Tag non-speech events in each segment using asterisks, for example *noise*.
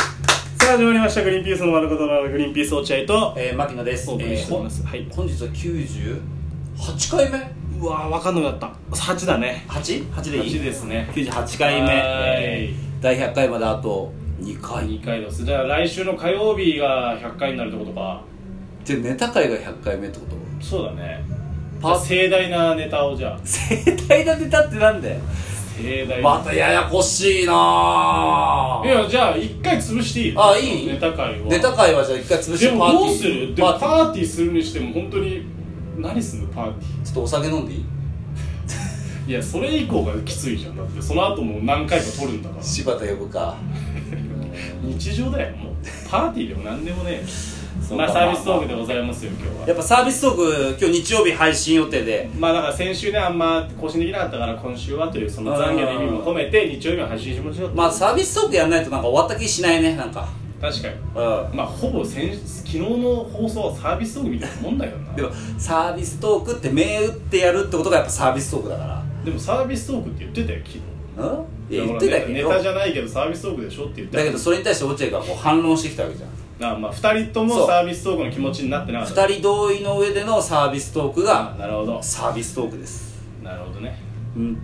さあ始まりました「グリーンピースの丸ごとのグリーンピース落合」とえー、牧野です。お送りしておりますえーほんはい本日は九十八回目。うわー分かんなくなった8だね八？八でいい。 8ですね九十八回目。はいえー第百回まであと二回。 2回ですじゃあ来週の火曜日が100回になるってことかじゃあネタ会が百回目ってこと。そうだねパじゃあ盛大なネタをじゃあ盛大なネタってなんだよ。盛大 *laughs* またややこしいなあいやじゃあ1回潰していいあいいネタ会はネタ会はじゃあ一回潰してでもどうするでもパーティーパーティーするにしても本当に何すんのパーティちょっとお酒飲んでいいーいやそれ以降がきついじゃんだってその後もう何回か撮るんだから柴田呼ぶか日常だよもうパーティーでも何でもねえそうまかあサービストークでございますよ今日はやっぱサービストーク今日日曜日配信予定でまあだから先週ねあんま更新できなかったから今週はというその懺悔の意味も込めて日曜日は配信しましょうまあサービストークやんないとなんか終わった気しないねなんか確かにうんまあほぼ先日昨日の放送はサービストークみたいなもんだよなでもサービストークって銘打ってやるってことがやっぱサービストークだかでもサービストークって言ってたよ昨日らうんいや言ってたけネどタじゃないけどサービストークでしょって言ってだけどそれに対して落合がこう反論してきたわけじゃんあまあ2人ともそうサービストークの気持ちになってなかった二人同意の上でのサービストークあがなるほどサービストークですなるほど *laughs* ねうん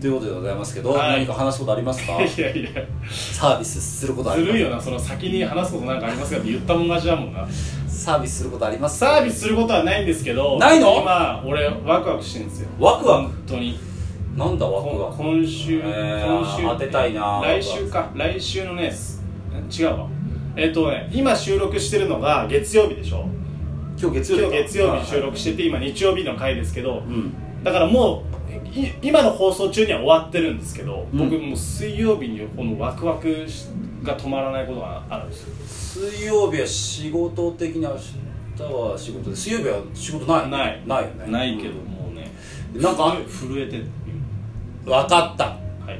ということでございますけど、はい何か話すことありま *laughs* すかいやいやサービスすることあずりまするいよなその先に話すことなんかありますかって言ったもん勝ちだもんなサービスすることありますサービスすることはないんですけどないの今俺ワクワクしてるんですよワクワク本当になんだ枠こが今週、えー今週当てたいな来週か来週のねす違うわえっとね今収録してるのが月曜日でしょ今日月曜日今か日月曜日収録してて今日曜日の回ですけど、うんだからもうい今の放送中には終わってるんですけど、うん僕もう水曜日にこのワクワクしが止まらないことがあるんですよ水曜日は仕事的に明日は仕事で水曜日は仕事ないないないよねないけどもうねなんか震え震えてる分かったはい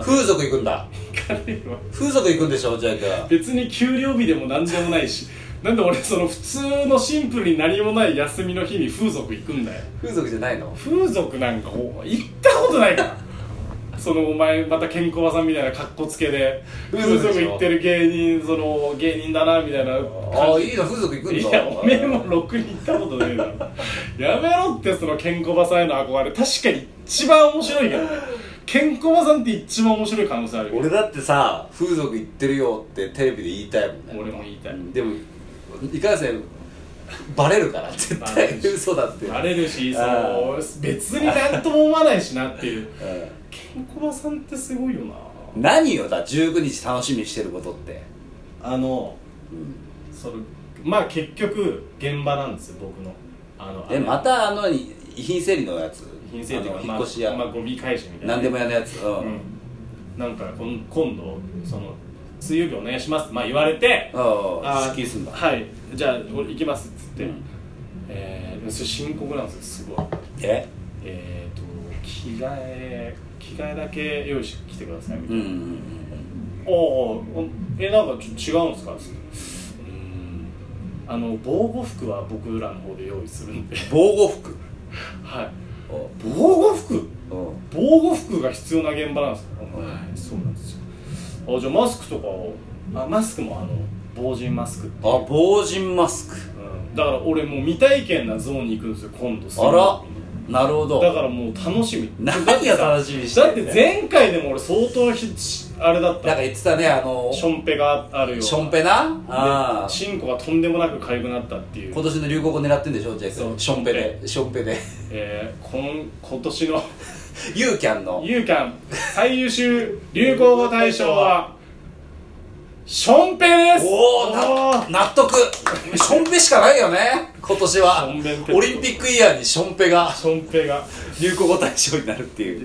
風俗行くんだ彼は風俗行くんでしょ落合君別に給料日でも何でもないしなんで俺その普通のシンプルに何もない休みの日に風俗行くんだよ風俗じゃないの風俗なんかお行ったことないからそのお前またケンコバさんみたいな格好つけで風風俗でしょ俗行ってる芸人その芸人だなみたいなあ感あじいいな風俗行くんいだやおめえもろくに行ったことねえだろやめろってそのケンコバさんへの憧れ確かに一番面白いけどケンコバさんって一番面白い可能性あるよ俺だってさ風俗行ってるよってテレビで言いたいもんね俺も言いたいでもいかんせんバレるから絶バレ対るし *laughs* 嘘だってなれるしそあの別に何とも思わないしなっていう *laughs* うケンコバさんってすごいよなん何よだ19日楽しみにしてることってあのそのまあ結局現場なんですよ僕のあのえあのまたあの遺品整理のやつ品整理とあかのまあ引っ越しや、まあゴミ回収みたいな何でも屋のやつうん、うんうんなんかこん今度その水曜日お願いしますまあ言われてああーすっきりすんだはいじゃあ俺行きますっつって、うんえー、それ深刻なんですよすごいええー、と着替え着替えだけ用意してきてくださいみたういんうな、んおおえなんかちょ違うんですかつってうーんあの防護服は僕らの方で用意するんで *laughs* 防護服はいお防護服お防護服が必要な現場なんですか、はいそうなんですよあじゃあマスクとかをあマスクもあの防塵マスクっていうあ防塵マスうん、だから俺もう未体験なゾーンに行くんですよ今度クあらなるほどだからもう楽しみ何だってさが楽しみにしてんだっのて前回でも俺相当ひあれだっなんたか言ってたねあのションペがあるよションペなああでチンコがとんでもなく痒くなったっていう今、年の流行語狙ってんでしょジェイそう君ションペでションペでえー、こん今年の *laughs* *laughs* ユーキャンのユーキャン最優秀流行語大賞はションペですおおな納得ションペしかないよね今年はションペンってオリンピックイヤーにションペがションペが、流行語大賞になるってえい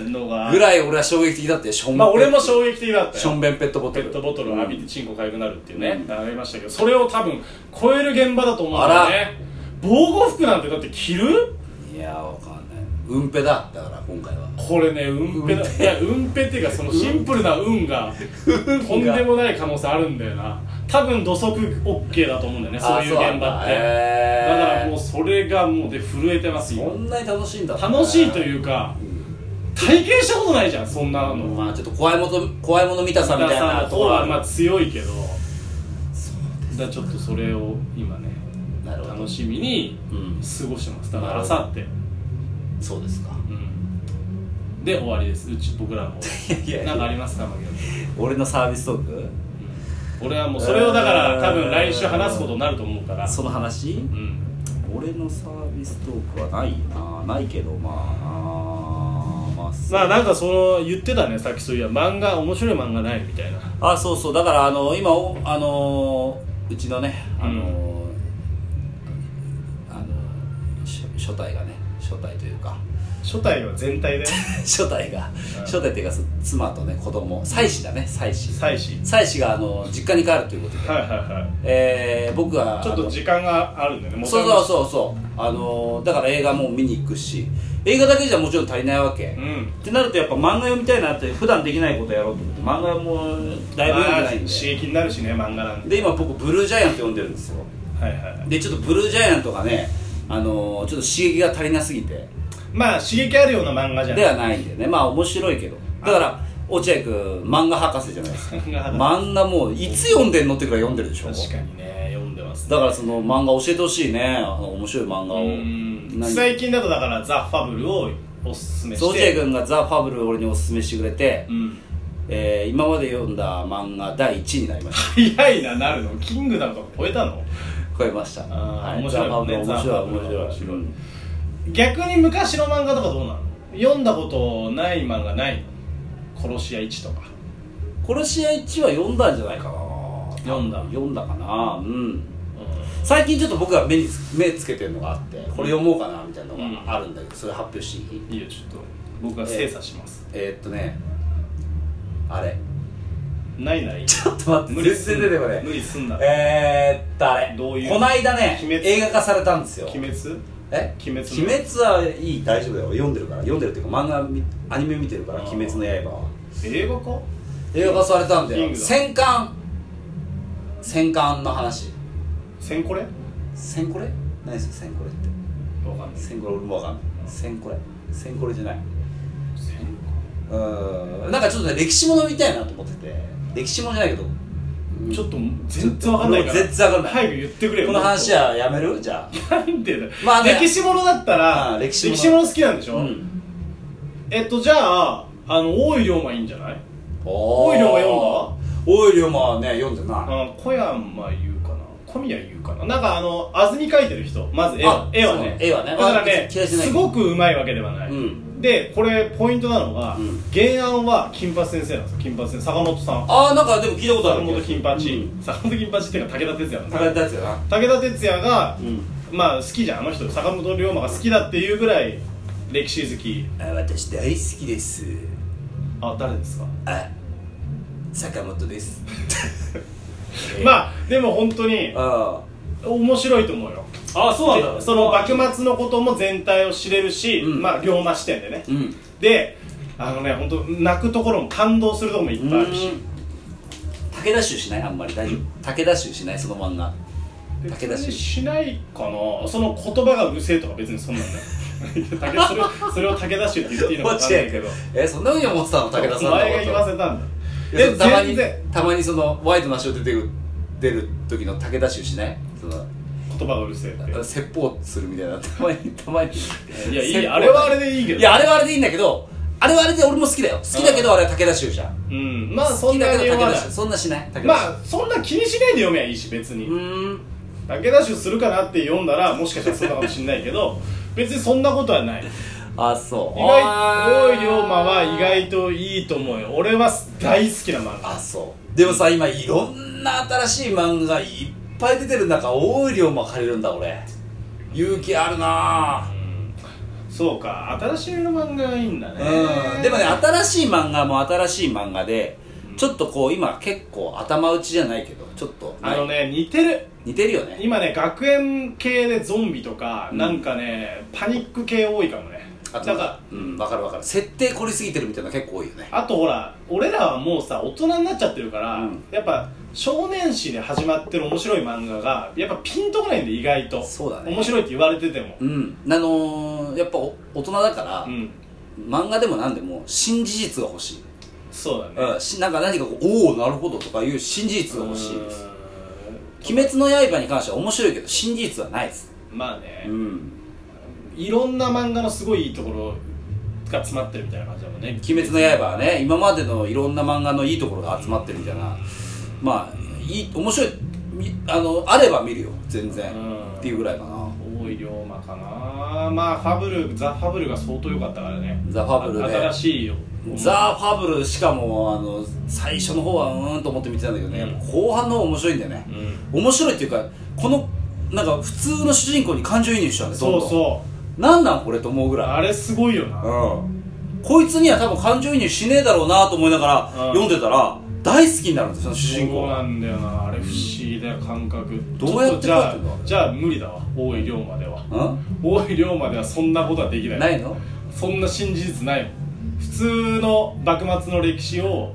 うー、のがぐらい俺は衝撃的だってションペまあ俺も衝撃的だったショよンベンペットボトペルットボトルを浴びてチンコ痒くなるっていうね、うんありましたけどそれを多分超える現場だと思うんだよね防護服なんてだって着るいやわかんない運ペだだから今回はこれね運ペだいや運ペっていうかそのシンプルな運がとんでもない可能性あるんだよな多分土足 OK だと思うんだよねそういう現場ってだからもうそれがもうで震えてますこよんなに楽しいんだ楽しいというか体験したことないじゃんそんなのまあちょっと怖いもの怖いもの見たさみたいなところはあるまあ強いけどだからちょっとそれを今ねなるほど楽しみにうん過ごしてますだからあさってそうですかで終わりですうち僕らの方 *laughs* いやいやなんかありますか槙原君俺のサービストーク俺はもうそれをだからえー多分来週話すことになると思うからその話うん俺のサービストークはないよなないけどまああーまあそうまあなんかその言ってたねさっきそういや漫画面白い漫画ないみたいなあそうそうだからあの今おあのーうちのねあのー、あのし初代がね初代というか初代は全体で *laughs* 初代が初代っていうかそ妻とね子供妻子だね妻子妻子妻子があの実家に帰るということで、はいはいはえー僕はいちょっと時間があるんだよねもそうそうそそうそうあのーだから映画も見に行くし映画だけじゃもちろん足りないわけ、うんってなるとやっぱ漫画読みたいなって普段できないことやろうと思って漫画もだいぶ読んでないんまあで刺激になるしね漫画なんでで今僕ブルージャイアント読んでるんですよはいはいはいでちょっとブルージャイアントがねあのーちょっと刺激が足りなすぎてまあ刺激あるような漫画じゃなでいはないんでねまあ面白いけどだから落合君漫画博士じゃないですか漫画博士漫画もういつ読んでんのってくらい読んでるでしょ確かにね読んでますだからその漫画教えてほしいねあの面白い漫画をうん何最近だとだから「ザ・ファブル」をおすすめそうし落合て君が「ザ・ファブル」を俺におすすめしてくれて、うんえー今まで読んだ漫画第1位になりまし早いななるのキングダムとか超えたのた超えましたあーはい面白いザ・ファブル面ザ白いファブル面白いうん逆に昔の漫画とかどうなの読んだことない漫画ないの殺し屋1とか殺し屋1は読んだんじゃないかな読んだ読んだかなうん最近ちょっと僕が目につ目つけてるのがあってこれ読もうかなみたいなのがあるんだけど、それ発表していいいいよちょっと僕が精査しますえーっとねあれないないちょっと待って無理すん全な然出てこない無理すんなえーっとあれどういうこないだね鬼滅映画化されたんですよ鬼滅え鬼滅鬼滅はいい大丈夫だよ俺読んでるから読んでるっていうか漫画みアニメ見てるからあ「ー鬼滅の刃」は英語か映画化されたんだキンよグだ戦艦戦艦の話千これわ戦これ何ですか戦これってかんない戦これ俺もわかんない戦これ戦これじゃない千うーんなんかちょっとね歴史ものみたいなと思ってて歴史ものじゃないけどちょっと全然わかんないから俺も全然わかんない早く言ってくれよこの話はやめるじゃなんでだよ、まあね歴史ものだったあらあ歴歴史史もものの好きなんでしあょ、うんえっとじゃああの大井龍馬いいんじゃないおいい龍馬読んおい龍馬はね読んでないあ小山優かな小宮優かななんかあの安住描いてる人まず絵はあ絵はねそう絵はねだからねあ嫌いじゃないすごくうまいわけではない、うんでこれポイントなのが、うん原案は金八先生なんですよ金八先生坂本さんああなんかでも聞いたことあ坂る本金八、うん坂本金八っていうか武田鉄矢なんだ高田やつやな武田鉄矢が、うんまあ好きじゃんあの人坂本龍馬が好きだっていうぐらい歴史好きあ私大好きですあ誰ですかあ坂本ですまあでも本当にあ面白いと思うよああそうなんだでその幕末のことも全体を知れるし、うんまあ龍馬視点でね、うんであのね本当泣くところも感動するところもいっぱいあるし武田衆しないあんまり大丈夫武田衆しないその漫画武田別に衆しないかなその言葉がうるせえとか別にそんなんだよ武それ *laughs* それを武田衆って言っていいのか分かんないけどえそんなふうに思ってたの武田さんのお前が言わせたんだいやえたま全に然たまにそのワイドなショー出てく出る時の武田衆しないその言葉がうるせえって説法するみたいなたまにたまにいやいい説法あれはあれでいいけどいやあれはあれでいいんだけどあれはあれで俺も好きだよ好きだけどあれは武田衆じゃんうんまあそんなに好きだ言けど武わ田ない衆そんなしない武田衆まあそんな気にしないで読めばいいし別に、うーん武田衆するかなって読んだらもしかしたらそうかもしれないけ *laughs* ど別にそんなことはないあそう意外あ大ー井龍馬は意外といいと思うよ俺は大好きな漫画あそうでもさ今いろんな新しい漫画いっぱい出てる中大井龍馬借りるんだ俺勇気あるなそうか新しいの漫画がいいんだねうんでもね新しい漫画も新しい漫画でちょっとこう今結構頭打ちじゃないけどちょっとあのね似てる似てるよね今ね学園系でゾンビとか、なんかねパニック系多いかもねあなんかうん分かる分かる設定凝りすぎてるみたいなの結構多いよねあとほら俺らはもうさ大人になっちゃってるから、うんやっぱ少年誌で始まってる面白い漫画がやっぱピンとこないんで意外とそうだね面白いって言われててもうんあのーやっぱお大人だからうん漫画でも何でも新事実が欲しい、そうだねうん、しなんか何かこうおおなるほどとかいう新事実が欲しいです「鬼滅の刃」に関しては面白いけど新事実はないですまあね、うんいろんな漫画のすごいいいところが詰まってるみたいな感じだもんね「鬼滅の刃」はね今までのいろんな漫画のいいところが集まってるみたいなまあいい面白いみあのあれば見るよ全然うんっていうぐらいかな大井龍馬かなまあファブルザ・ファブルが相当良かったからねザファブルねあ新しいよザ・ファブルしかもあの最初の方はうーんと思って見てたんだけどね、やっぱ後半の方面白いんだよねう、ん面白いっていうかこのなんか普通の主人公に感情移入しちゃうんだよそううそなんなんこれと思うぐうらいあれすごいよなうんこいつには多分感情移入しねえだろうなと思いながらうん読んでたら大好きになるんですよその主人そう公がなんだよなあれ不思議だよ感覚どうやってちょっと書いてんのじゃあじゃあ無理だわ大井龍馬ではう大井龍馬ではそんなことはできないんないのそんな新事実ないもん普通の幕末の歴史を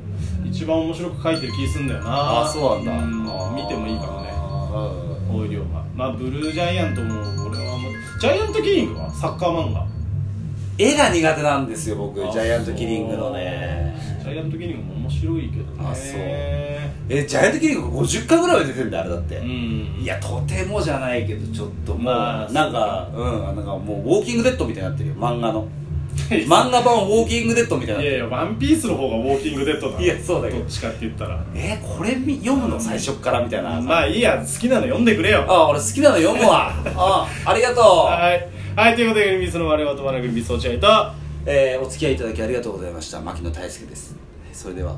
一番面白く書いてる気すんだよなああそうなんだうん見てもいいかもねね大井龍馬まあブルージャイアントも俺はもうジャイアントキリングはサッカー漫画絵が苦手なんですよ僕ジあャイアントキリングのねジャイアントキリングも面白いけどねあそうえジャイアントキリング50巻ぐらいは出てんだよあれだって、うん *laughs* いやとてもじゃないけどちょっともう、まあなんかうんなんかもうウォーキングデッドみたいになってるよ漫画のい漫画版ウォーキングデッドみたいになってやいやワンピースの方がウォーキングデッドだるいやそうだけどっどちかって言ったらえこれみ読むの最初っからみたいな、まあいいや好きなの読んでくれよあ俺好きなの読むわあありがとう、はいはいということでグリーンピースの我々と我々グリーンピース落合とえーお付き合いいただきありがとうございました牧野大輔ですそれでは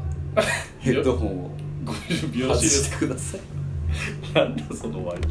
ヘッドホンをご準備よろ外しいでしすてくださいかなんだその終わり